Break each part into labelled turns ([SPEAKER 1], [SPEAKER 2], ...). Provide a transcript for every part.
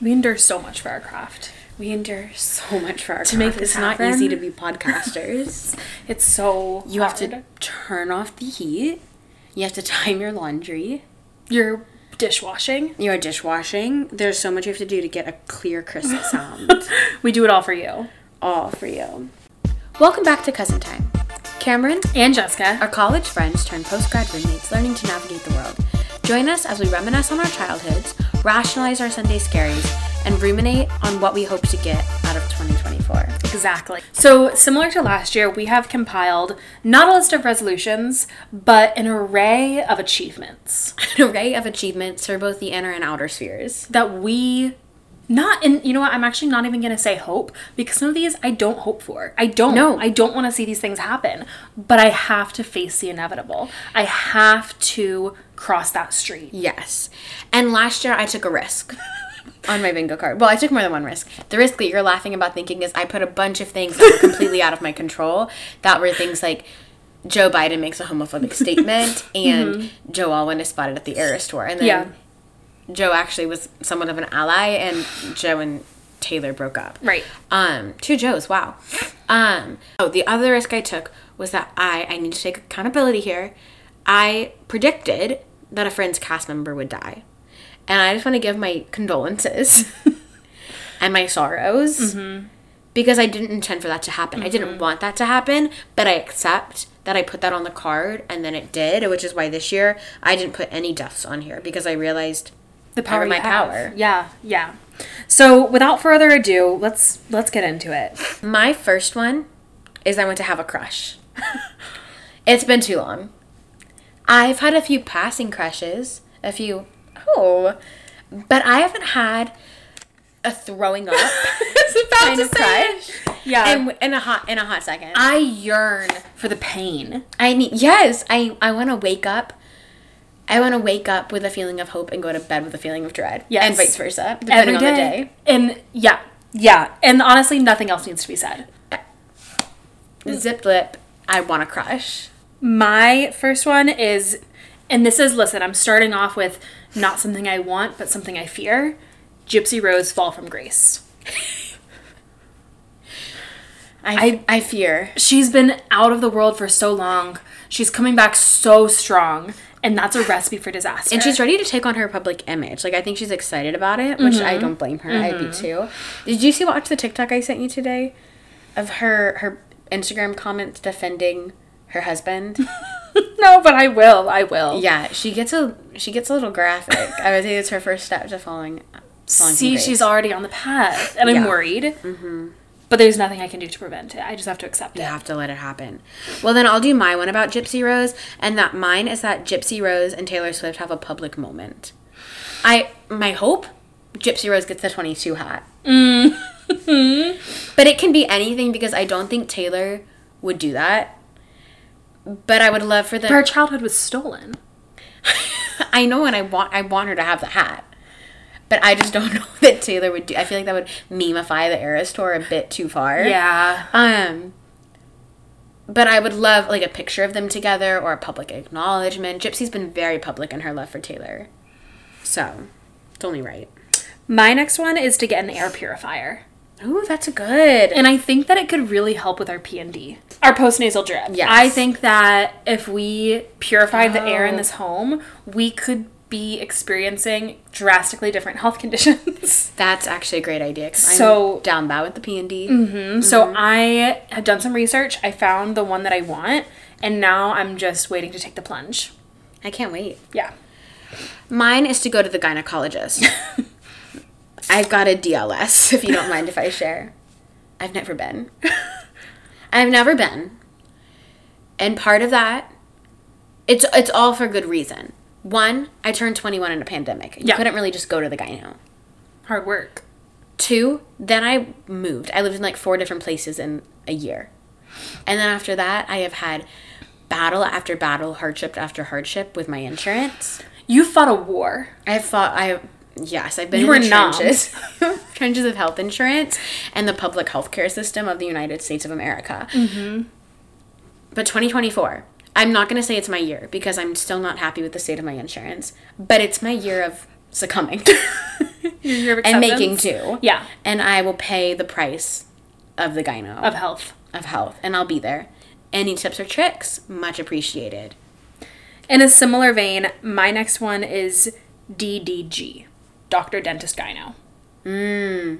[SPEAKER 1] We endure so much for our craft.
[SPEAKER 2] We endure so much for our
[SPEAKER 1] To make
[SPEAKER 2] craft. It's
[SPEAKER 1] this
[SPEAKER 2] not
[SPEAKER 1] happen.
[SPEAKER 2] easy to be podcasters.
[SPEAKER 1] It's so
[SPEAKER 2] you have to
[SPEAKER 1] hard.
[SPEAKER 2] turn off the heat. You have to time your laundry.
[SPEAKER 1] Your dishwashing.
[SPEAKER 2] Your dishwashing. There's so much you have to do to get a clear, crisp sound.
[SPEAKER 1] We do it all for you.
[SPEAKER 2] All for you. Welcome back to Cousin Time. Cameron,
[SPEAKER 1] And Jessica.
[SPEAKER 2] our college friends turned postgrad roommates learning to navigate the world. Join us as we reminisce on our childhoods, rationalize our Sunday scaries, and ruminate on what we hope to get out of 2024.
[SPEAKER 1] Exactly. So, similar to last year, we have compiled not a list of resolutions, but an array of achievements
[SPEAKER 2] an array of achievements for both the inner and outer spheres.
[SPEAKER 1] that we not and you know what i'm actually not even going to say hope because some of these i don't hope for i don't
[SPEAKER 2] No.
[SPEAKER 1] i don't want to see these things happen but i have to face the inevitable i have to cross that street
[SPEAKER 2] Yes. And last year I took a risk on my bingo card. Well, I took more than one risk. The risk that you're laughing about thinking is I put a bunch of things that were completely out of my control that were things like Joe Biden makes a homophobic statement and Joe Alwyn is spotted at the Air store. And then
[SPEAKER 1] Yeah.
[SPEAKER 2] Joe actually was somewhat of an ally and Joe and Taylor broke up.
[SPEAKER 1] Right.
[SPEAKER 2] Um, two Joes, wow. Um, oh, the other risk I took was that I, I need to take accountability here. I predicted that a friend's cast member would die. And I just want to give my condolences and my sorrows because I didn't intend for that to happen. I didn't want that to happen, but I accept that I put that on the card and then it did, which is why this year I didn't put any deaths on here because I realized
[SPEAKER 1] the power
[SPEAKER 2] Over my
[SPEAKER 1] you have.
[SPEAKER 2] power.
[SPEAKER 1] yeah yeah so without further ado let's let's get into it
[SPEAKER 2] My first one is I want to have a crush. it's been too long. I've had a few passing crushes, a few, oh, but I haven't had a throwing up kind of crush
[SPEAKER 1] yeah
[SPEAKER 2] in, in a hot in a hot second. I,
[SPEAKER 1] i yearn for the pain
[SPEAKER 2] need yes, I I want to wake up. I want to wake up with a feeling of hope and go to bed with a feeling of dread,
[SPEAKER 1] Yes.
[SPEAKER 2] and vice versa, depending on the day.
[SPEAKER 1] and yeah yeah and honestly nothing else needs to be said
[SPEAKER 2] Zip lip, I want a crush.
[SPEAKER 1] My first one is, and this is listen, I'm starting off with not something I want, but something I fear. Gypsy Rose Fall from Grace.
[SPEAKER 2] I, I fear.
[SPEAKER 1] She's been out of the world for so long. She's coming back so strong, and that's a recipe for disaster.
[SPEAKER 2] And she's ready to take on her public image. Like I think she's excited about it, which
[SPEAKER 1] Mm-hmm.
[SPEAKER 2] I don't blame her. I'd be too. Did you see watch the TikTok I sent you today of her her Instagram comments defending her husband?
[SPEAKER 1] no, but I will. I will.
[SPEAKER 2] yeah, she gets a she gets a little graphic. I would say it's her first step to falling. falling from
[SPEAKER 1] See,
[SPEAKER 2] grace.
[SPEAKER 1] she's already on the path, and I'm
[SPEAKER 2] Yeah. Mm-hmm.
[SPEAKER 1] worried. But there's nothing I can do to prevent it. I just have to accept
[SPEAKER 2] You
[SPEAKER 1] it.
[SPEAKER 2] have to let it happen. Well, then I'll do my one about Gypsy Rose, and that mine is that Gypsy Rose and Taylor Swift have a public moment. I my hope Gypsy Rose gets the 22 hat. but it can be anything because I don't think Taylor would do that. But I would love for
[SPEAKER 1] Her
[SPEAKER 2] them.
[SPEAKER 1] childhood was stolen.
[SPEAKER 2] I know, and I want I want her to have the hat. But I just don't know that Taylor would do. I feel like that would memify the Eras tour a bit too far.
[SPEAKER 1] Yeah.
[SPEAKER 2] Um, but I would love like a picture of them together or a public acknowledgement. Gypsy's been very public in her love for Taylor, so it's only right.
[SPEAKER 1] My next one is to get an air purifier.
[SPEAKER 2] Ooh, that's good.
[SPEAKER 1] And I think that it could really help with our PND, our postnasal drip.
[SPEAKER 2] Yes.
[SPEAKER 1] I think that if we purified the air in
[SPEAKER 2] Oh.
[SPEAKER 1] this home, we could be experiencing drastically different health conditions.
[SPEAKER 2] that's actually a great idea. 'cause
[SPEAKER 1] So- Mm.
[SPEAKER 2] I'm down bad with the P and D.
[SPEAKER 1] Mm-hmm.
[SPEAKER 2] Mm-hmm.
[SPEAKER 1] So I have done some research. I found the one that I want, and now I'm just waiting to take the plunge.
[SPEAKER 2] I can't wait.
[SPEAKER 1] Yeah.
[SPEAKER 2] Mine is to go to the gynecologist. I've got a DLS. If you don't mind if I share, I've never been. I've never been. And part of that, it's it's all for good reason. One, I turned 21 in a pandemic. You
[SPEAKER 1] Yeah.
[SPEAKER 2] couldn't really just go to the gyno.
[SPEAKER 1] Hard work.
[SPEAKER 2] Two, then I moved. I lived in like four different places in a year. And then after that, I have had battle after battle, hardship after hardship with my insurance.
[SPEAKER 1] You fought a war.
[SPEAKER 2] I fought. I yes, I've been
[SPEAKER 1] You
[SPEAKER 2] in
[SPEAKER 1] were
[SPEAKER 2] the
[SPEAKER 1] numb.
[SPEAKER 2] trenches, trenches of health insurance and the public health care system of the United States of America. Mm-hmm. But 2024, I'm not going to say it's my year because I'm still not happy with the state of my insurance. But it's my year of succumbing.
[SPEAKER 1] Your year of acceptance?
[SPEAKER 2] and making two.
[SPEAKER 1] Yeah.
[SPEAKER 2] And I will pay the price of the gyno
[SPEAKER 1] Of health.
[SPEAKER 2] of health, and I'll be there. Any tips or tricks? Much appreciated.
[SPEAKER 1] In a similar vein, my next one is DDG, Doctor Dentist Gyno. Mm. Hmm.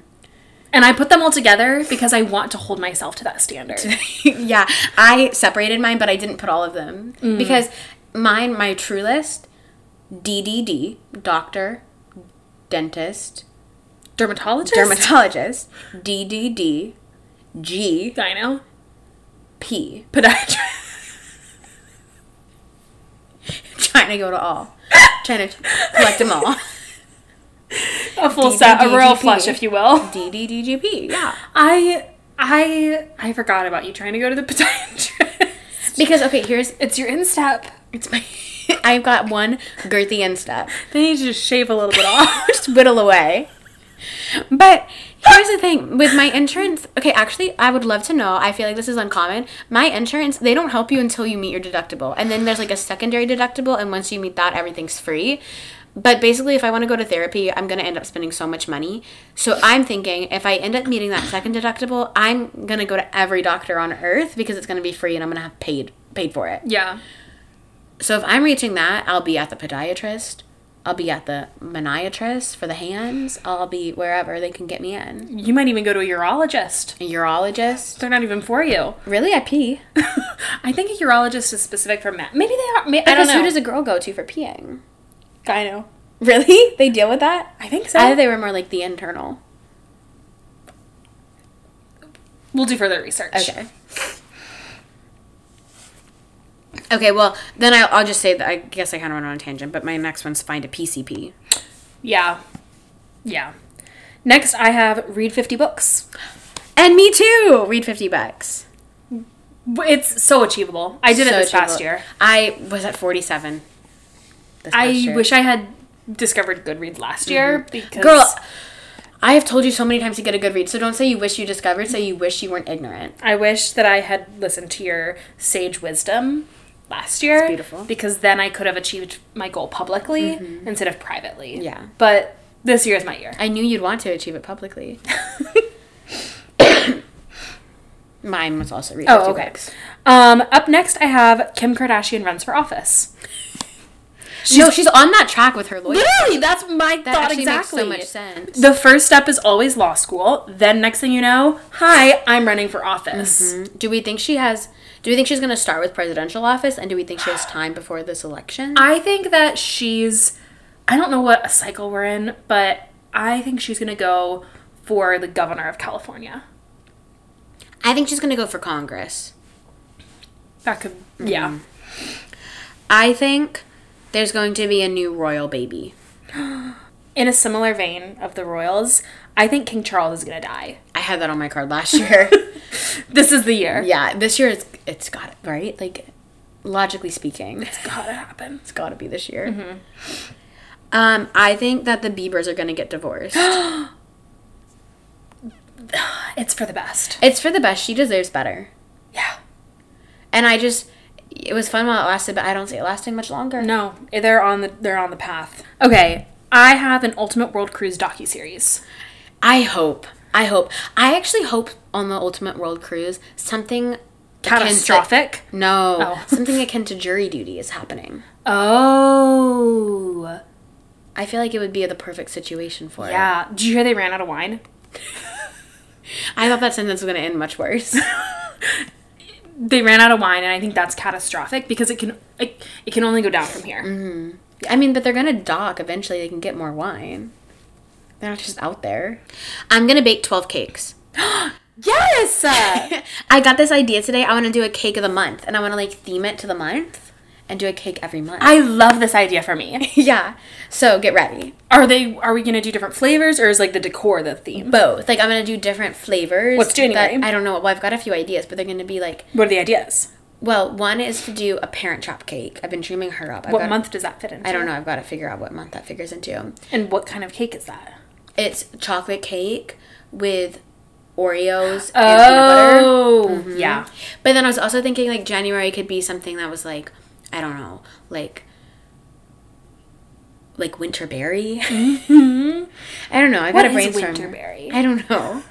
[SPEAKER 1] And I put them all together because I want to hold myself to that standard.
[SPEAKER 2] yeah, I separated mine, but I didn't put all of them because mine, my true list, DDD, doctor, dentist,
[SPEAKER 1] Dermatologist?
[SPEAKER 2] dermatologist, DDD, G,
[SPEAKER 1] Gyno?
[SPEAKER 2] P.
[SPEAKER 1] Podiatrist?
[SPEAKER 2] Trying to go to all, trying to collect them all.
[SPEAKER 1] A full set, a royal flush, if you will.
[SPEAKER 2] DDDGP, yeah.
[SPEAKER 1] I, I, I forgot about you trying to go to the podiatrist.
[SPEAKER 2] Because okay, here's
[SPEAKER 1] It's your instep.
[SPEAKER 2] it's my. I've got one girthy instep.
[SPEAKER 1] They need to just shave a little bit off.
[SPEAKER 2] just whittle away. But here's the thing with my insurance. Okay, actually, I would love to know. I feel like this is uncommon. My insurance, they don't help you until you meet your deductible. And then there's like a secondary deductible. And once you meet that, everything's free. But basically, if I want to go to therapy, I'm going to end up spending so much money. So I'm thinking if I end up meeting that second deductible, I'm going to go to every doctor on earth because it's going to be free and I'm going to have paid paid for it.
[SPEAKER 1] yeah.
[SPEAKER 2] So if I'm reaching that, I'll be at the podiatrist. I'll be at the maniatrist for the hands. I'll be wherever they can get me in.
[SPEAKER 1] You might even go to a urologist.
[SPEAKER 2] A urologist.
[SPEAKER 1] They're not even for you.
[SPEAKER 2] Really, I pee.
[SPEAKER 1] I think a urologist is specific for men. Maybe they are. May, I don't
[SPEAKER 2] Because
[SPEAKER 1] know.
[SPEAKER 2] who does a girl go to for peeing?
[SPEAKER 1] gyno?
[SPEAKER 2] Really? They deal with that?
[SPEAKER 1] I think so.
[SPEAKER 2] I thought they were more like the internal.
[SPEAKER 1] we'll do further research.
[SPEAKER 2] Okay. Okay, well, then I'll, I'll just say that I guess I kind of went on a tangent, but my next one's find a PCP.
[SPEAKER 1] Yeah. Yeah. Next, I have read 50 books.
[SPEAKER 2] And me too! Read 50 bucks.
[SPEAKER 1] W- It's so achievable. I did it
[SPEAKER 2] So
[SPEAKER 1] this past
[SPEAKER 2] achievable.
[SPEAKER 1] year.
[SPEAKER 2] I was at 47. This
[SPEAKER 1] I
[SPEAKER 2] past year. Mm-hmm.
[SPEAKER 1] wish I had discovered Goodreads last year because.
[SPEAKER 2] Girl, I have told you so many times to get a good read, so don't say you wish you discovered, say you wish you weren't ignorant.
[SPEAKER 1] I wish that I had listened to your sage wisdom last year.
[SPEAKER 2] beautiful. Mm-hmm.
[SPEAKER 1] Because then I could have achieved my goal publicly instead of privately.
[SPEAKER 2] Yeah.
[SPEAKER 1] But this year is my year.
[SPEAKER 2] I knew you'd want to achieve it publicly. Mine was also read.
[SPEAKER 1] Oh,
[SPEAKER 2] 50
[SPEAKER 1] okay.
[SPEAKER 2] books.
[SPEAKER 1] Um, up next, I have Kim Kardashian runs for office.
[SPEAKER 2] no, she's on that track with her lawyer.
[SPEAKER 1] Literally, that's my
[SPEAKER 2] That actually makes so much sense.
[SPEAKER 1] The first step is always law school. Then next thing you know, hi, I'm running for office.
[SPEAKER 2] Do we think she has? Do we think she's going to start with presidential office, and do we think she has time before this election?
[SPEAKER 1] I think that she's I don't know what cycle we're in, but I think she's going to go for the governor of California.
[SPEAKER 2] I think she's going to go for Congress.
[SPEAKER 1] That could yeah.
[SPEAKER 2] I think there's going to be a new royal baby.
[SPEAKER 1] In a similar vein of the royals, I think King Charles is going to die.
[SPEAKER 2] I had that on my card last year.
[SPEAKER 1] This is the year.
[SPEAKER 2] Yeah, this year it's it's got it right. Like logically speaking,
[SPEAKER 1] It's got to happen.
[SPEAKER 2] it's got to be this year.
[SPEAKER 1] Mm-hmm.
[SPEAKER 2] Um, I think that the Biebers are gonna get divorced.
[SPEAKER 1] It's for the best.
[SPEAKER 2] it's for the best. She deserves better.
[SPEAKER 1] Yeah.
[SPEAKER 2] And I just, it was fun while it lasted, but I don't see it lasting much longer.
[SPEAKER 1] No, they're on the they're on the path. Okay, I have an Ultimate World Cruise docu series.
[SPEAKER 2] I hope. I hope. I actually hope on the Ultimate World Cruise something akin to-
[SPEAKER 1] Catastrophic.
[SPEAKER 2] no,
[SPEAKER 1] Oh.
[SPEAKER 2] something akin to jury duty is happening.
[SPEAKER 1] Oh,
[SPEAKER 2] I feel like it would be the perfect situation for it.
[SPEAKER 1] yeah. Did you hear they ran out of wine?
[SPEAKER 2] I thought that sentence was going to end much worse.
[SPEAKER 1] They ran out of wine, and I think that's catastrophic because it can it, it can only go down from here.
[SPEAKER 2] Mm-hmm. I mean, but they're gonna dock eventually. They can get more wine. They're not just out there. I'm gonna bake 12 cakes.
[SPEAKER 1] Yes. Uh,
[SPEAKER 2] I got this idea today. I want to do a cake of the month, and I want to like theme it to the month and do a cake every month.
[SPEAKER 1] I love this idea for me.
[SPEAKER 2] yeah. So get ready.
[SPEAKER 1] Are they? Are we gonna do different flavors, or is like the decor the theme?
[SPEAKER 2] Both. Like I'm gonna do different flavors.
[SPEAKER 1] What's January?
[SPEAKER 2] That, I don't know. Well, I've got a few ideas, but they're gonna be like.
[SPEAKER 1] What are the ideas?
[SPEAKER 2] Well, one is to do a parent trap cake. I've been dreaming her up. I've
[SPEAKER 1] What
[SPEAKER 2] gotta-
[SPEAKER 1] month does that fit into?
[SPEAKER 2] I don't know. I've got to figure out what month that figures into.
[SPEAKER 1] And what kind of cake is that?
[SPEAKER 2] It's chocolate cake with Oreos and peanut butter.
[SPEAKER 1] Mm-hmm. yeah.
[SPEAKER 2] But then I was also thinking like January could be something that was like, I don't know, like like Winterberry. I don't know. I got a
[SPEAKER 1] Mm-hmm. is
[SPEAKER 2] brainstorm.
[SPEAKER 1] Winterberry?
[SPEAKER 2] I don't know.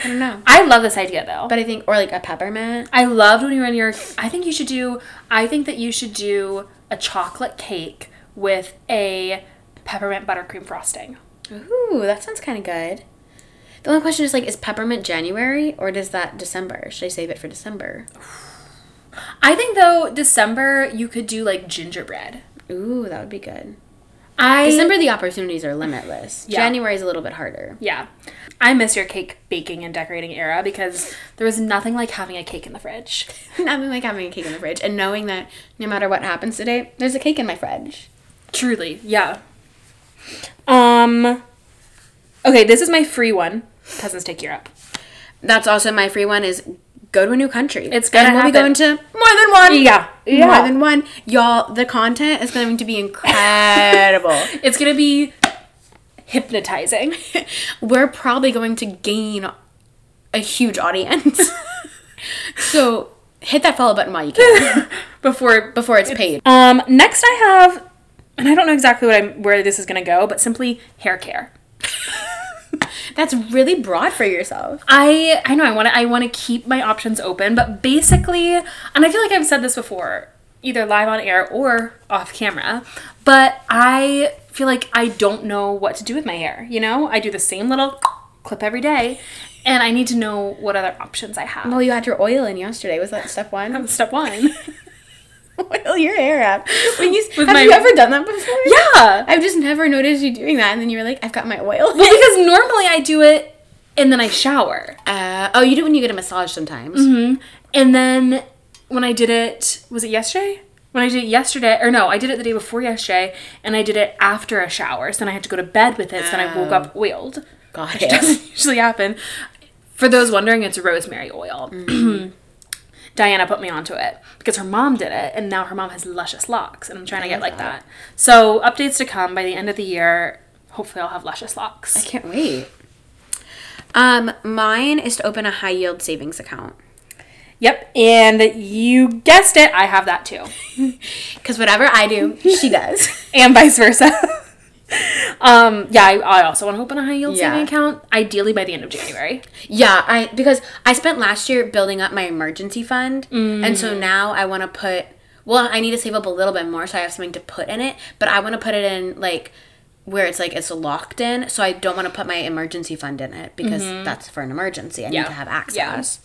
[SPEAKER 2] I don't know.
[SPEAKER 1] I love this idea though.
[SPEAKER 2] But I think, or like a peppermint.
[SPEAKER 1] I loved when you were in your. I think you should do. I think that you should do a chocolate cake with a peppermint buttercream frosting.
[SPEAKER 2] Ooh, that sounds kind of good. The only question is like, is peppermint January or does that December? Should I save it for December?
[SPEAKER 1] I think though December you could do like gingerbread.
[SPEAKER 2] Ooh, that would be good.
[SPEAKER 1] I
[SPEAKER 2] December, the opportunities are limitless.
[SPEAKER 1] Yeah.
[SPEAKER 2] January is a little bit harder.
[SPEAKER 1] yeah. I miss your cake baking and decorating era because there was nothing like having a cake in the fridge.
[SPEAKER 2] Nothing like having a cake in the fridge and knowing that no matter what happens today, there's a cake in my fridge.
[SPEAKER 1] Truly, yeah. Um. Okay, this is my free one. Cousins take Europe.
[SPEAKER 2] That's also my free one is go to a new country.
[SPEAKER 1] It's gonna
[SPEAKER 2] and we'll be
[SPEAKER 1] happen.
[SPEAKER 2] going to more than one.
[SPEAKER 1] Yeah, yeah.
[SPEAKER 2] More than one. Y'all, the content is going to be incredible.
[SPEAKER 1] It's gonna be hypnotizing.
[SPEAKER 2] We're probably going to gain a huge audience. so hit that follow button while you can
[SPEAKER 1] before
[SPEAKER 2] before it's paid.
[SPEAKER 1] Um, next I have, and I don't know exactly what I'm where this is gonna go, but simply hair care.
[SPEAKER 2] That's really broad for yourself.
[SPEAKER 1] I I know I want to I want to keep my options open, but basically, and I feel like I've said this before, either live on air or off camera, but I feel like I don't know what to do with my hair. You know, I do the same little clip every day, and I need to know what other options I have.
[SPEAKER 2] Well, you had your oil in yesterday. Was that step one?
[SPEAKER 1] Step one.
[SPEAKER 2] oil your hair up. When you,
[SPEAKER 1] With
[SPEAKER 2] have
[SPEAKER 1] my-
[SPEAKER 2] you ever done that before?
[SPEAKER 1] yeah.
[SPEAKER 2] I've just never noticed you doing that, and then you were like, "I've got my oil."
[SPEAKER 1] Well, because normally I do it and then I shower.
[SPEAKER 2] Uh, oh, you do when you get a massage sometimes.
[SPEAKER 1] And then when I did it, was it yesterday? When I did it yesterday, or no, I did it the day before yesterday, and I did it after a shower. So then I had to go to bed with it. So then I woke up oiled.
[SPEAKER 2] Got
[SPEAKER 1] Which
[SPEAKER 2] it.
[SPEAKER 1] doesn't usually happen. For those wondering, it's rosemary oil. Diana put me onto it because her mom did it, and now her mom has luscious locks, and I'm trying to get like that. So updates to come by the end of the year. Hopefully, I'll have luscious
[SPEAKER 2] I
[SPEAKER 1] locks.
[SPEAKER 2] can't wait. Um, mine is to open a high yield savings account
[SPEAKER 1] Yep, and you guessed it, I have that too.
[SPEAKER 2] because whatever I do, she does.
[SPEAKER 1] and vice versa. um, yeah, I, I also want to open a high yield
[SPEAKER 2] Yeah.
[SPEAKER 1] saving account, ideally by the end of January.
[SPEAKER 2] Yeah, I because I spent last year building up my emergency fund, and so now I want to put. Well, I need to save up a little bit more, so I have something to put in it. But I want to put it in like where it's like it's locked in, so I don't want to put my emergency fund in it because that's for an emergency. I need to have access.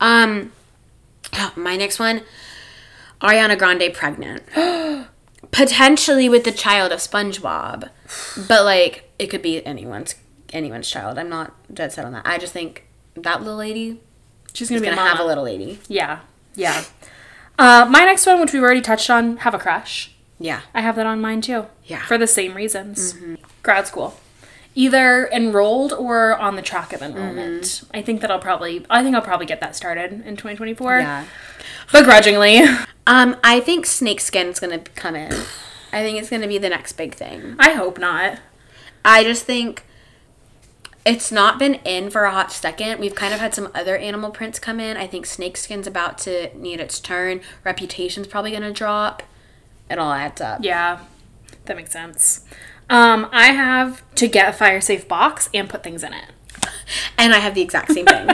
[SPEAKER 2] Um, my next one, Ariana Grande pregnant, potentially with the child of SpongeBob, but like it could be anyone's anyone's child. I'm not dead set on that. I just think that little lady
[SPEAKER 1] She's gonna
[SPEAKER 2] is
[SPEAKER 1] be
[SPEAKER 2] gonna
[SPEAKER 1] a mama.
[SPEAKER 2] have a little lady.
[SPEAKER 1] Yeah, yeah. Uh, my next one, which we've already touched on, have a crush.
[SPEAKER 2] Yeah,
[SPEAKER 1] I have that on mine too.
[SPEAKER 2] Yeah.
[SPEAKER 1] For the same reasons. Grad school. Either enrolled or on the track of enrollment. I think that I'll probably I think I'll probably get that started in 2024.
[SPEAKER 2] yeah.
[SPEAKER 1] Begrudgingly.
[SPEAKER 2] Um, I think snakeskin's gonna come in. I think it's gonna be the next big thing.
[SPEAKER 1] I hope not.
[SPEAKER 2] I just think it's not been in for a hot second. We've kind of had some other animal prints come in. I think Snakeskin's about to need its turn. Reputation's probably going to drop. It all adds up.
[SPEAKER 1] Yeah, that makes sense. Um, I have to get a fire safe box and put things in it.
[SPEAKER 2] And I have the exact same thing.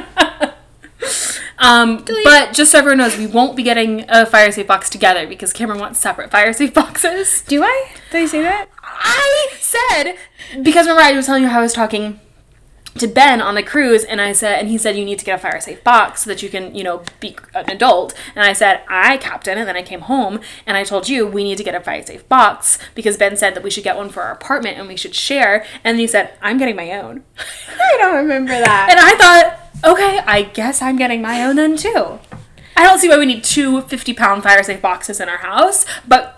[SPEAKER 1] Um, but just so everyone knows, we won't be getting a fire safe box together because Cameron wants separate fire safe boxes.
[SPEAKER 2] Do I? Did I say that?
[SPEAKER 1] I said because remember I was telling you how I was talking to Ben on the cruise, and I said, and he said you need to get a fire safe box so that you can, you know, be an adult. And I said I captain, and then I came home and I told you we need to get a fire safe box because Ben said that we should get one for our apartment and we should share. And you said I'm getting my own.
[SPEAKER 2] I don't remember that.
[SPEAKER 1] And I thought, okay, I guess I'm getting my own then too. I don't see why we need two 50 pound fire safe boxes in our house, but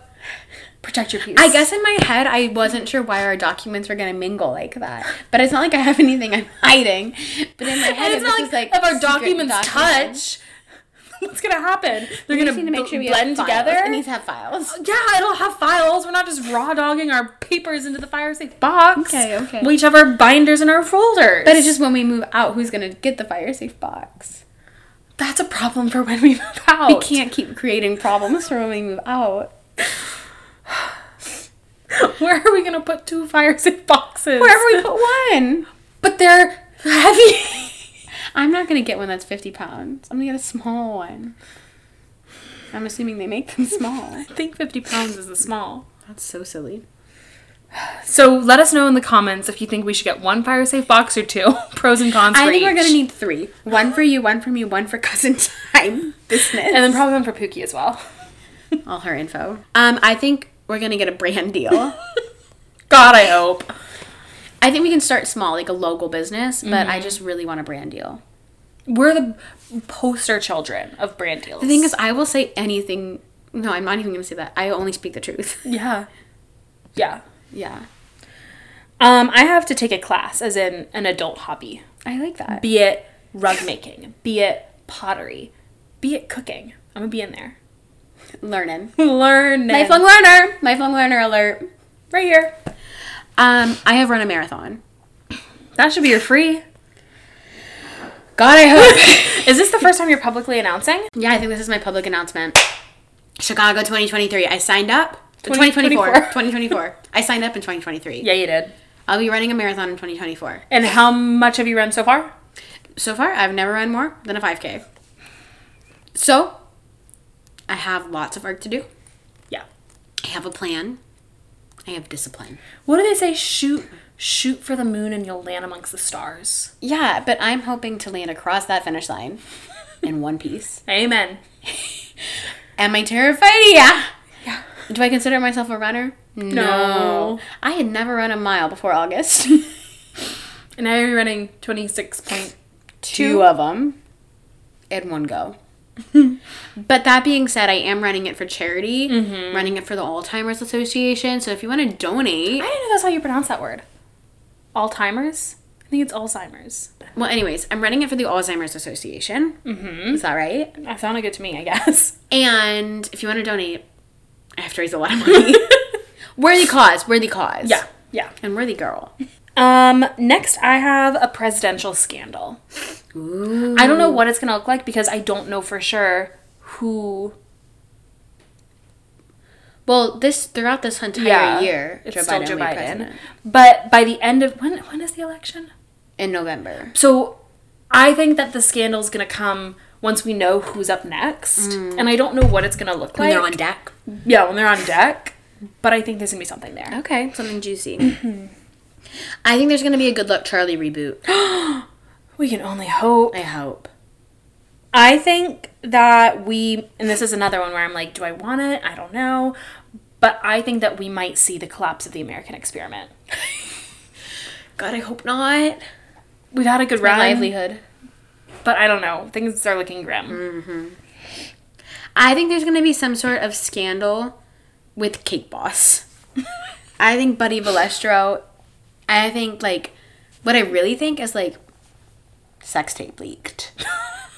[SPEAKER 1] protect your peace.
[SPEAKER 2] I guess in my head, I wasn't sure why our documents were going to mingle like that. But it's not like I have anything I'm hiding. But in my head,
[SPEAKER 1] And it's
[SPEAKER 2] this
[SPEAKER 1] not
[SPEAKER 2] is
[SPEAKER 1] like,
[SPEAKER 2] like
[SPEAKER 1] if our
[SPEAKER 2] secret
[SPEAKER 1] documents
[SPEAKER 2] document.
[SPEAKER 1] touch, what's gonna happen? They're
[SPEAKER 2] We
[SPEAKER 1] gonna
[SPEAKER 2] just need to make
[SPEAKER 1] bl-
[SPEAKER 2] sure we
[SPEAKER 1] blend
[SPEAKER 2] have files.
[SPEAKER 1] together.
[SPEAKER 2] It needs to have files.
[SPEAKER 1] yeah, it'll have files. We're not just raw dogging our papers into the fire safe box.
[SPEAKER 2] Okay, okay.
[SPEAKER 1] We each have our binders and our folders.
[SPEAKER 2] But it's just when we move out, who's gonna get the fire safe box?
[SPEAKER 1] that's a problem for when we move out.
[SPEAKER 2] We can't keep creating problems for when we move out.
[SPEAKER 1] Where are we gonna put two fire safe boxes?
[SPEAKER 2] Wherever we put one.
[SPEAKER 1] But they're heavy.
[SPEAKER 2] I'm not gonna get one that's 50 pounds. I'm gonna get a small one. I'm assuming they make them small.
[SPEAKER 1] I think 50 pounds is the small.
[SPEAKER 2] That's so silly.
[SPEAKER 1] So let us know in the comments if you think we should get one fire safe box or two. Pros and cons.
[SPEAKER 2] I
[SPEAKER 1] for
[SPEAKER 2] think we're
[SPEAKER 1] each.
[SPEAKER 2] gonna need three. One for you, one for me, one for cousin time business,
[SPEAKER 1] and then probably one for Pookie as well.
[SPEAKER 2] all her info. Um, I think we're gonna get a brand deal.
[SPEAKER 1] God, I hope.
[SPEAKER 2] I think we can start small, like a local business, but I just really want a brand deal.
[SPEAKER 1] We're the poster children of brand deals.
[SPEAKER 2] The thing is, I will say anything. No, I'm not even gonna say that. I only speak the truth.
[SPEAKER 1] yeah, yeah.
[SPEAKER 2] yeah,
[SPEAKER 1] Um, I have to take a class as in an adult hobby,
[SPEAKER 2] I like that.
[SPEAKER 1] be it rug making, be it pottery, be it cooking. I'm gonna be in there.
[SPEAKER 2] Learning,
[SPEAKER 1] Learn
[SPEAKER 2] lifelong learner, lifelong learner alert.
[SPEAKER 1] right here.
[SPEAKER 2] Um, I have run a marathon.
[SPEAKER 1] That should be your free.
[SPEAKER 2] God, I hope.
[SPEAKER 1] Is this the first time you're publicly announcing?
[SPEAKER 2] yeah, I think this is my public announcement. Chicago 2023. I signed up. 2024. 2024. I signed up in 2023.
[SPEAKER 1] Yeah, you did.
[SPEAKER 2] I'll be running a marathon in 2024.
[SPEAKER 1] And how much have you run so far?
[SPEAKER 2] So far, I've never run more than a 5K. So, I have lots of work to do.
[SPEAKER 1] Yeah.
[SPEAKER 2] I have a plan. I have discipline.
[SPEAKER 1] What do they say? Shoot, shoot for the moon, and you'll land amongst the stars.
[SPEAKER 2] Yeah, but I'm hoping to land across that finish line in one piece.
[SPEAKER 1] Amen.
[SPEAKER 2] Am I terrified? Yeah. Do I consider myself a runner?
[SPEAKER 1] No.
[SPEAKER 2] I had never run a mile before August.
[SPEAKER 1] And now you're running twenty six point.
[SPEAKER 2] two of them in one go. but that being said, I am running it for charity,
[SPEAKER 1] Mm-hmm.
[SPEAKER 2] running it for the Alzheimer's Association. So if you want to donate,
[SPEAKER 1] I didn't know that's how you pronounce that word. Alzheimer's. I think it's Alzheimer's.
[SPEAKER 2] well, anyways, I'm running it for the Alzheimer's Association. Mm-hmm. Is that right?
[SPEAKER 1] That sounded good to me, I guess.
[SPEAKER 2] And if you want to donate, I have to raise a lot of money. worthy cause, worthy cause.
[SPEAKER 1] yeah, yeah.
[SPEAKER 2] And worthy girl.
[SPEAKER 1] Um, next I have a presidential scandal.
[SPEAKER 2] Ooh.
[SPEAKER 1] I don't know what it's gonna look like because I don't know for sure who
[SPEAKER 2] Well, this throughout this entire year,
[SPEAKER 1] It's still Joe
[SPEAKER 2] will be
[SPEAKER 1] Biden.
[SPEAKER 2] president.
[SPEAKER 1] But by the end of when when is the election?
[SPEAKER 2] in November.
[SPEAKER 1] So I think that the scandal's gonna come once we know who's up next. And I don't know what it's gonna look like.
[SPEAKER 2] Mm. they're on deck.
[SPEAKER 1] Yeah, when they're on deck. But I think there's gonna be something there.
[SPEAKER 2] Okay, something juicy. I think there's gonna be a Good Luck Charlie reboot.
[SPEAKER 1] We can only hope.
[SPEAKER 2] I hope.
[SPEAKER 1] I think that we, and this is another one where I'm like, do I want it? I don't know. But I think that we might see the collapse of the American experiment.
[SPEAKER 2] God, I hope not.
[SPEAKER 1] We've had a good
[SPEAKER 2] My
[SPEAKER 1] run,
[SPEAKER 2] livelihood.
[SPEAKER 1] but I don't know. Things are looking grim.
[SPEAKER 2] I think there's gonna be some sort of scandal with Cake Boss. I think Buddy Valestro. I think like what I really think is like sex tape leaked.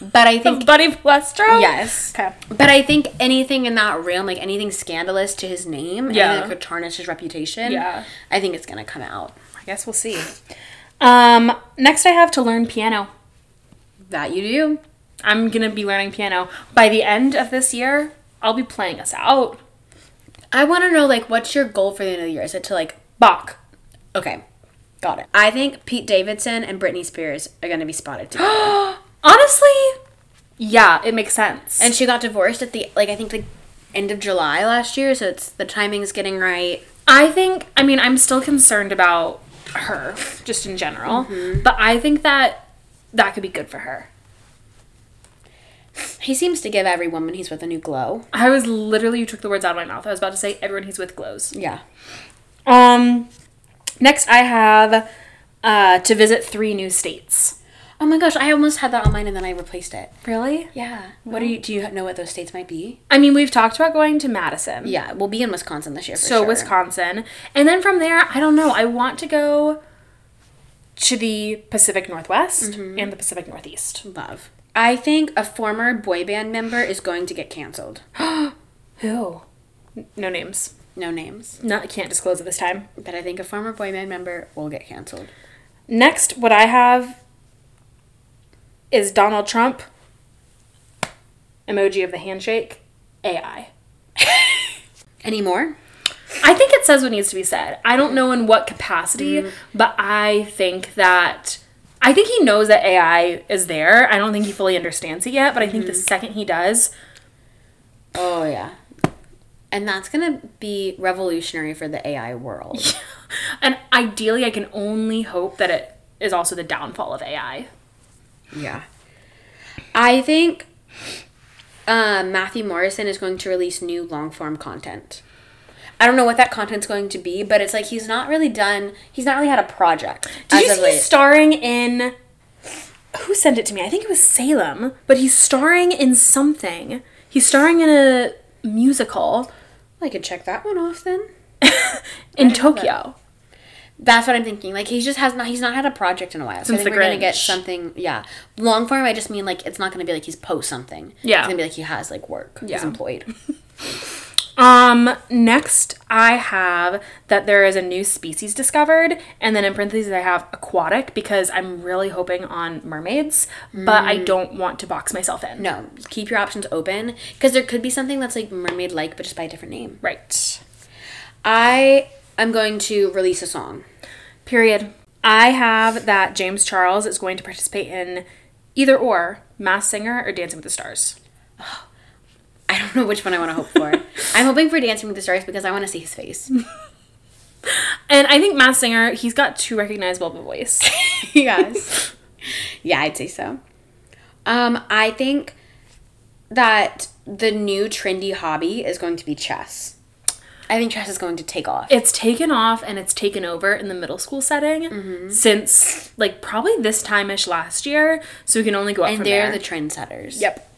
[SPEAKER 2] But I think
[SPEAKER 1] Buddy
[SPEAKER 2] Oh,
[SPEAKER 1] Palestro?
[SPEAKER 2] Yes.
[SPEAKER 1] Okay.
[SPEAKER 2] But I think anything in that realm, like anything scandalous to his name, yeah.
[SPEAKER 1] Yeah.
[SPEAKER 2] anything that could tarnish his reputation,
[SPEAKER 1] Yeah.
[SPEAKER 2] I think it's gonna come out.
[SPEAKER 1] I guess we'll see. Um, next, I have to learn piano.
[SPEAKER 2] That you do.
[SPEAKER 1] I'm gonna be learning piano by the end of this year. I'll be playing us out.
[SPEAKER 2] I want to know like what's your goal for the end of the year? Is it to like
[SPEAKER 1] Bach.
[SPEAKER 2] okay, got it. I think Pete Davidson and Britney Spears are gonna be spotted together.
[SPEAKER 1] Honestly, yeah, it makes sense.
[SPEAKER 2] and she got divorced at the like I think the end of July last year, so it's the timing's getting right.
[SPEAKER 1] I think, I mean, I'm still concerned about her just in general, but I think that that could be good for her.
[SPEAKER 2] He seems to give every woman he's with a new glow.
[SPEAKER 1] I was literally, you took the words out of my mouth. I was about to say everyone he's with glows.
[SPEAKER 2] Yeah.
[SPEAKER 1] Um, next I have uh, to visit three new states.
[SPEAKER 2] Oh my gosh, I almost had that on mine and then I replaced it.
[SPEAKER 1] Really?
[SPEAKER 2] Yeah. What do you do? You know what those states might be?
[SPEAKER 1] I mean, we've talked about going to Madison.
[SPEAKER 2] Yeah, we'll be in Wisconsin this year. For
[SPEAKER 1] so
[SPEAKER 2] sure.
[SPEAKER 1] Wisconsin. And then from there, I don't know. I want to go to the Pacific Northwest
[SPEAKER 2] Mm-hmm.
[SPEAKER 1] and the Pacific Northeast.
[SPEAKER 2] Love. I think a former boy band member is going to get canceled.
[SPEAKER 1] Who? No names.
[SPEAKER 2] No names,
[SPEAKER 1] Not can't disclose at this time.
[SPEAKER 2] but I think a former boy band member will get canceled.
[SPEAKER 1] Next, what I have is Donald Trump. Emoji of the handshake. AI.
[SPEAKER 2] Any more?
[SPEAKER 1] I think it says what needs to be said. I don't know in what capacity,
[SPEAKER 2] Mm.
[SPEAKER 1] but I think that I think he knows that AI is there. I don't think he fully understands it yet, but I
[SPEAKER 2] Mm-hmm.
[SPEAKER 1] think the second he does,
[SPEAKER 2] Oh yeah. And that's gonna be revolutionary for the AI world.
[SPEAKER 1] and ideally I can only hope that it is also the downfall of AI.
[SPEAKER 2] Yeah. I think uh, Matthew Morrison is going to release new long form content. I don't know what that content's going to be, but it's like he's not really done. He's not really had a project.
[SPEAKER 1] Did you
[SPEAKER 2] as
[SPEAKER 1] see
[SPEAKER 2] of late.
[SPEAKER 1] he's starring in who sent it to me? I think it was Salem, but he's starring in something. He's starring in a musical
[SPEAKER 2] I could check that one off then.
[SPEAKER 1] in Tokyo.
[SPEAKER 2] That's what I'm thinking. Like he just has not. He's not had a project in a while. So
[SPEAKER 1] Since
[SPEAKER 2] I
[SPEAKER 1] The
[SPEAKER 2] think we're gonna get
[SPEAKER 1] Grinch.
[SPEAKER 2] something. Yeah, long form. I just mean like it's not gonna be like he's post something.
[SPEAKER 1] Yeah.
[SPEAKER 2] it's gonna be like he has like work.
[SPEAKER 1] Yeah.
[SPEAKER 2] he's employed.
[SPEAKER 1] Um, next I have that there is a new species discovered, and then in parentheses I have aquatic because I'm really hoping on mermaids, but I don't want to box myself in.
[SPEAKER 2] Mm. No, keep your options open because there could be something that's like mermaid like, but just by a different name.
[SPEAKER 1] Right.
[SPEAKER 2] I am going to release a song.
[SPEAKER 1] Period. I have that James Charles is going to participate in either or Mass Singer or Dancing with the Stars.
[SPEAKER 2] I don't know which one I want to hope for. I'm hoping for Dancing with the Stars because I want to see his face.
[SPEAKER 1] And I think Mass Singer, he's got too recognizable of a voice.
[SPEAKER 2] yes. Yeah, I'd say so. Um, I think that the new trendy hobby is going to be chess. I think chess is going to take off.
[SPEAKER 1] it's taken off and it's taken over in the middle school setting
[SPEAKER 2] Mm-hmm.
[SPEAKER 1] since like probably this time ish last year. So we can only go up from
[SPEAKER 2] and they're
[SPEAKER 1] there.
[SPEAKER 2] the trendsetters.
[SPEAKER 1] yep.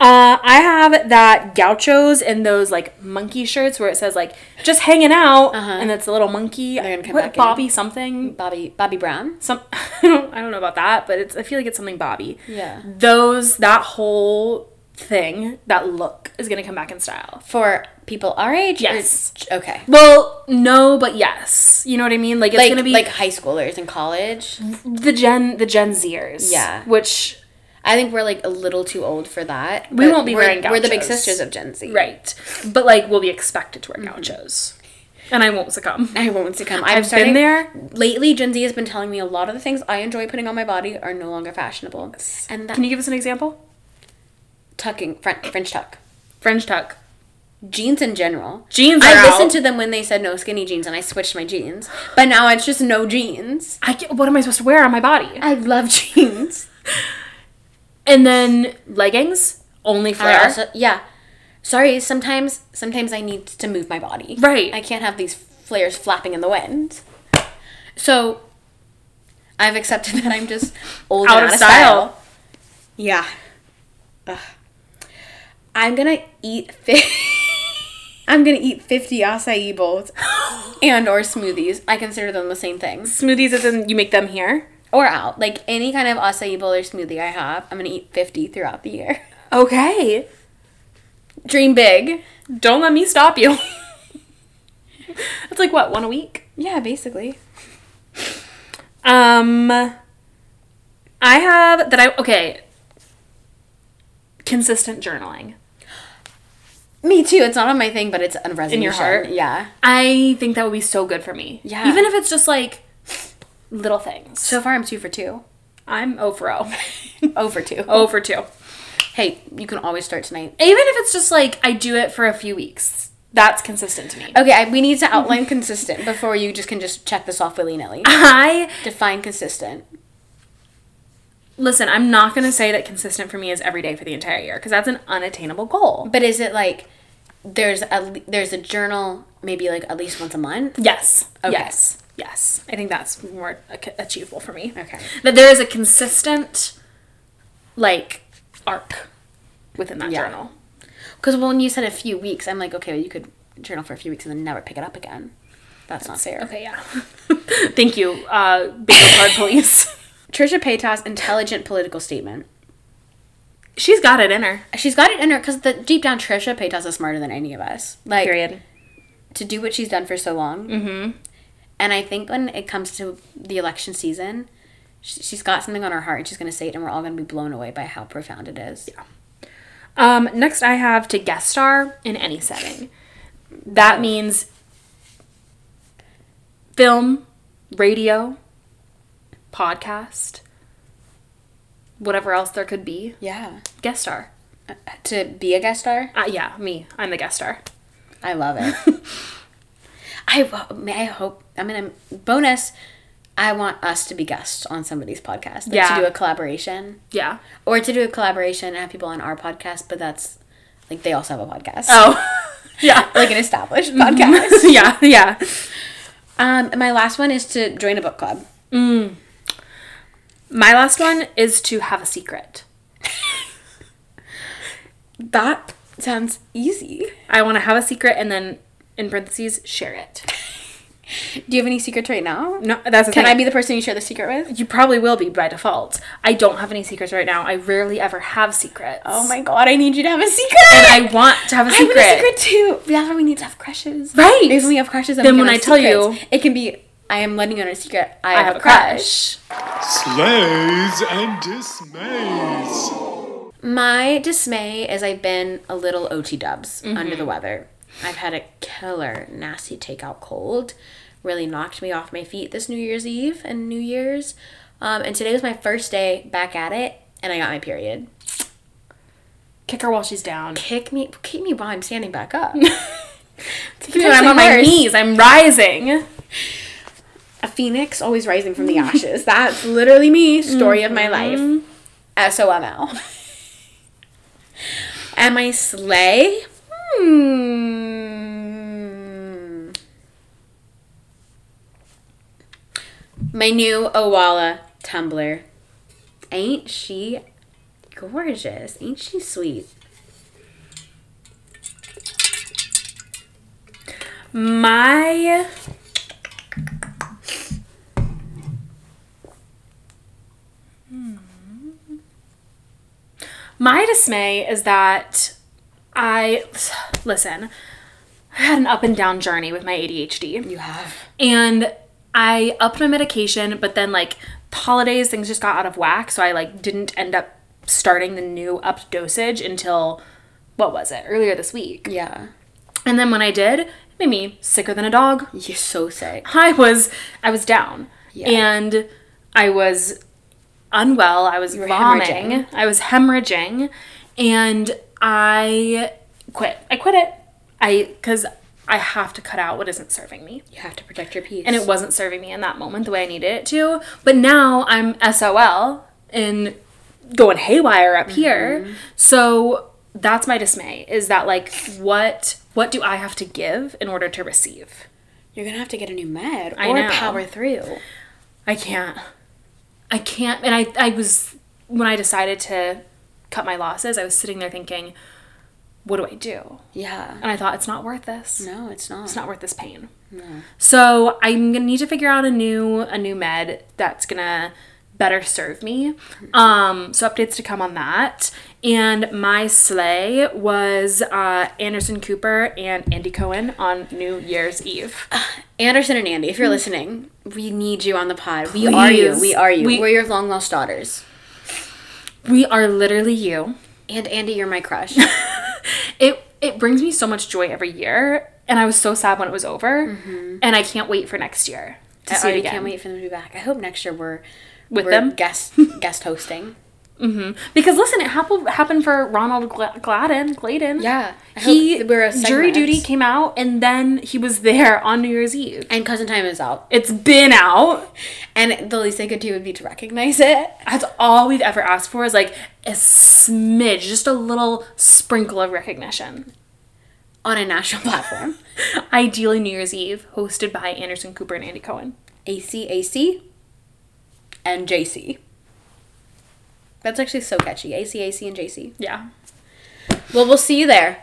[SPEAKER 1] Uh, I have that gauchos and those like monkey shirts where it says like just hanging out and it's a little monkey.
[SPEAKER 2] Uh-huh. gonna come
[SPEAKER 1] what,
[SPEAKER 2] back in.
[SPEAKER 1] Bobby something.
[SPEAKER 2] Bobby Bobby Brown.
[SPEAKER 1] Some I don't I don't know about that, but it's I feel like it's something Bobby.
[SPEAKER 2] Yeah.
[SPEAKER 1] Those that whole thing that look is gonna come back in style.
[SPEAKER 2] For people our age? or-
[SPEAKER 1] Yes.
[SPEAKER 2] okay.
[SPEAKER 1] Well, no, but yes. You know what I mean? Like it's
[SPEAKER 2] Like,
[SPEAKER 1] gonna be
[SPEAKER 2] like high schoolers in college.
[SPEAKER 1] the Gen the Gen Zers.
[SPEAKER 2] Yeah.
[SPEAKER 1] Which
[SPEAKER 2] I think we're like a little too old for that.
[SPEAKER 1] We
[SPEAKER 2] but
[SPEAKER 1] won't be
[SPEAKER 2] we're,
[SPEAKER 1] wearing
[SPEAKER 2] We're the big
[SPEAKER 1] gauchos.
[SPEAKER 2] sisters of Gen Z.
[SPEAKER 1] right. But like we'll be expected to
[SPEAKER 2] Mm-hmm.
[SPEAKER 1] wear gauchos. And I won't succumb.
[SPEAKER 2] I won't succumb. I'm
[SPEAKER 1] I've
[SPEAKER 2] starting
[SPEAKER 1] been there.
[SPEAKER 2] Lately, Gen Z has been telling me a lot of the things I enjoy putting on my body are no longer fashionable. And that
[SPEAKER 1] Can you give us an example?
[SPEAKER 2] tucking, French, French tuck,
[SPEAKER 1] French tuck.
[SPEAKER 2] jeans in general.
[SPEAKER 1] Jeans are
[SPEAKER 2] I listened
[SPEAKER 1] out.
[SPEAKER 2] to them when they said no skinny jeans, and I switched my jeans. But now it's just no jeans.
[SPEAKER 1] I can't, what am I supposed to wear on my body?
[SPEAKER 2] I love jeans.
[SPEAKER 1] And then leggings, only
[SPEAKER 2] I
[SPEAKER 1] flare.
[SPEAKER 2] also, yeah. Sorry. Sometimes, sometimes I need to move my body.
[SPEAKER 1] Right.
[SPEAKER 2] I can't have these flares flapping in the wind. So, I've accepted that I'm just old
[SPEAKER 1] Out
[SPEAKER 2] and
[SPEAKER 1] of
[SPEAKER 2] out of
[SPEAKER 1] style.
[SPEAKER 2] style. Yeah. Ugh. I'm gonna eat. Fi- I'm gonna eat fifty acai bowls and or smoothies. I consider them the same things.
[SPEAKER 1] Smoothies as in you make them here.
[SPEAKER 2] Or out, like any kind of acai bowl or smoothie I have, I'm gonna eat fifty throughout the year.
[SPEAKER 1] Okay.
[SPEAKER 2] Dream big.
[SPEAKER 1] Don't let me stop you. That's like what, one a week?
[SPEAKER 2] Yeah, basically.
[SPEAKER 1] Um, I have that I okay. Consistent journaling.
[SPEAKER 2] Me too. It's not on my thing, but it's on resolution.
[SPEAKER 1] your heart?
[SPEAKER 2] yeah.
[SPEAKER 1] I think that would be so good for me.
[SPEAKER 2] Yeah.
[SPEAKER 1] Even if it's just like little things.
[SPEAKER 2] So far, I'm two for two.
[SPEAKER 1] I'm O for O.
[SPEAKER 2] Oh for two.
[SPEAKER 1] o for two. Even
[SPEAKER 2] Hey, you can always start tonight.
[SPEAKER 1] if it's just like I do it for a few weeks, that's consistent to me.
[SPEAKER 2] Okay, I, we need to outline consistent before you just can just check this off willy nilly.
[SPEAKER 1] I
[SPEAKER 2] Define consistent.
[SPEAKER 1] listen, I'm not gonna say that consistent for me is every day for the entire year, because that's an unattainable goal.
[SPEAKER 2] But is it like there's a le- there's a journal maybe like at least once a month?
[SPEAKER 1] Yes.
[SPEAKER 2] Okay.
[SPEAKER 1] Yes. Yes. I think that's more ac- achievable for me.
[SPEAKER 2] Okay.
[SPEAKER 1] That there is a consistent, like, arc within that
[SPEAKER 2] Yeah.
[SPEAKER 1] journal.
[SPEAKER 2] Because when you said a few weeks, I'm like, okay, well, you could journal for a few weeks and then never pick it up again. That's not fair.
[SPEAKER 1] Okay, yeah. Thank you, uh, baby card police.
[SPEAKER 2] Trisha Paytas, intelligent political statement.
[SPEAKER 1] She's got it in her.
[SPEAKER 2] She's got it in her because the deep down Trisha Paytas is smarter than any of us. Like
[SPEAKER 1] Period.
[SPEAKER 2] to do what she's done for so long. Mm-hmm. And I think when it comes to the election season, sh- she's got something on her heart and she's going to say it, and we're all going to be blown away by how profound it is.
[SPEAKER 1] Um, next, I have to guest star in any setting. That means film, radio, podcast, whatever else there could be.
[SPEAKER 2] Yeah.
[SPEAKER 1] Guest star.
[SPEAKER 2] Uh, To be a guest star,
[SPEAKER 1] Uh, yeah, me. I'm the guest star.
[SPEAKER 2] I love it. I ho- may I hope. I mean, i bonus. I want us to be guests on somebody's podcast. Like,
[SPEAKER 1] Yeah.
[SPEAKER 2] To do a collaboration,
[SPEAKER 1] Yeah.
[SPEAKER 2] or to do a collaboration and have people on our podcast, but that's like they also have a podcast,
[SPEAKER 1] Oh. yeah. Mm-hmm.
[SPEAKER 2] like an established podcast.
[SPEAKER 1] yeah, yeah.
[SPEAKER 2] Um, and my last one is to join a book club.
[SPEAKER 1] My last one is to have a secret.
[SPEAKER 2] That sounds easy.
[SPEAKER 1] I want to have a secret and then in parentheses share it.
[SPEAKER 2] Do you have any secrets right now?
[SPEAKER 1] No, that's the
[SPEAKER 2] Can
[SPEAKER 1] thing.
[SPEAKER 2] I be the person you share the secret with?
[SPEAKER 1] You probably will be by default. I don't have any secrets right now. I rarely ever have secrets.
[SPEAKER 2] Oh my god, I need you to have a secret.
[SPEAKER 1] And I want to have a
[SPEAKER 2] I have
[SPEAKER 1] secret.
[SPEAKER 2] a secret too. That's why we need to have crushes.
[SPEAKER 1] Right.
[SPEAKER 2] Because when we have crushes, then,
[SPEAKER 1] Then
[SPEAKER 2] we can
[SPEAKER 1] when
[SPEAKER 2] have
[SPEAKER 1] I tell you-
[SPEAKER 2] secrets. it can be I am letting you in a secret. I,
[SPEAKER 1] I
[SPEAKER 2] have, a crush.
[SPEAKER 3] Slays and dismays.
[SPEAKER 2] My dismay is I've been a little OT dubs under the weather. I've had a killer nasty takeout cold. Really knocked me off my feet this New Year's Eve and New Year's. Um, and today was my first day back at it, and I got my period.
[SPEAKER 1] Kick her while she's down.
[SPEAKER 2] Kick me, kick me while I'm standing back up.
[SPEAKER 1] Dude, I'm on my
[SPEAKER 2] Worse.
[SPEAKER 1] knees. I'm rising.
[SPEAKER 2] a phoenix always rising from the ashes. That's literally me, story of my life.
[SPEAKER 1] Mm-hmm.
[SPEAKER 2] SOML. Am I sleigh? Hmm. My new Owala tumbler. Ain't she gorgeous? Ain't she sweet?
[SPEAKER 1] My. Hmm. My dismay is that I. Listen, I had an up and down journey with my ADHD.
[SPEAKER 2] You have.
[SPEAKER 1] and I upped my medication, but then like the holidays, things just got out of whack, so I like didn't end up starting the new upped dosage until what was it earlier this week.
[SPEAKER 2] Yeah.
[SPEAKER 1] And then when I did, it made me sicker than a dog.
[SPEAKER 2] You're so sick.
[SPEAKER 1] I was I was down,
[SPEAKER 2] Yeah.
[SPEAKER 1] and I was unwell. I was
[SPEAKER 2] were
[SPEAKER 1] vomiting.
[SPEAKER 2] hemorrhaging.
[SPEAKER 1] I was hemorrhaging, and I quit. I quit it. I because I have to cut out what isn't serving me
[SPEAKER 2] You have to protect your peace.
[SPEAKER 1] and it wasn't serving me in that moment the way I needed it to. But now I'm SOL and going haywire up
[SPEAKER 2] Mm-hmm.
[SPEAKER 1] here. So that's my dismay is that like what what do I have to give in order to receive?
[SPEAKER 2] You're gonna have to get a new med or
[SPEAKER 1] I know.
[SPEAKER 2] power through.
[SPEAKER 1] I can't. I can't and I I was when I decided to cut my losses, I was sitting there thinking, what do I do?
[SPEAKER 2] Yeah.
[SPEAKER 1] And I thought it's not worth this.
[SPEAKER 2] No, it's not.
[SPEAKER 1] it's not worth this pain. So I'm gonna need to figure out a new a new med that's gonna better serve me. Um, so updates to come on that. And my sleigh was uh, Anderson Cooper and Andy Cohen on New Year's Eve.
[SPEAKER 2] Anderson and Andy, if you're listening, we need you on the pod. We are you.
[SPEAKER 1] Please.
[SPEAKER 2] We are you.
[SPEAKER 1] We-
[SPEAKER 2] We- are your long lost daughters.
[SPEAKER 1] We are literally you.
[SPEAKER 2] And Andy, you're my crush.
[SPEAKER 1] It it brings me so much joy every year, and I was so sad when it was over, and I can't wait for next year to
[SPEAKER 2] I
[SPEAKER 1] see it
[SPEAKER 2] already
[SPEAKER 1] again.
[SPEAKER 2] can't wait for them Mm-hmm. to be back. I hope next year we're
[SPEAKER 1] With
[SPEAKER 2] we're
[SPEAKER 1] them?
[SPEAKER 2] guest guest hosting.
[SPEAKER 1] Because listen, it happened happened for Ronald Gla- Gladden, Gladen.
[SPEAKER 2] Yeah. I hope
[SPEAKER 1] he
[SPEAKER 2] that we're a
[SPEAKER 1] jury
[SPEAKER 2] segment.
[SPEAKER 1] duty came out and then he was there on new year's eve
[SPEAKER 2] And cousin time is out.
[SPEAKER 1] it's been out
[SPEAKER 2] And the least they could do would be to recognize it.
[SPEAKER 1] that's all we've ever asked for is like a smidge just a little sprinkle of recognition
[SPEAKER 2] On a national platform.
[SPEAKER 1] ideally new year's eve hosted by anderson cooper and andy cohen
[SPEAKER 2] AC AC and JC. That's actually so catchy. AC AC and JC.
[SPEAKER 1] yeah
[SPEAKER 2] Well, we'll see you there.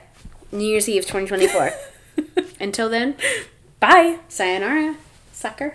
[SPEAKER 2] New Year's Eve 2024. Until then,
[SPEAKER 1] bye
[SPEAKER 2] sayonara, sucker.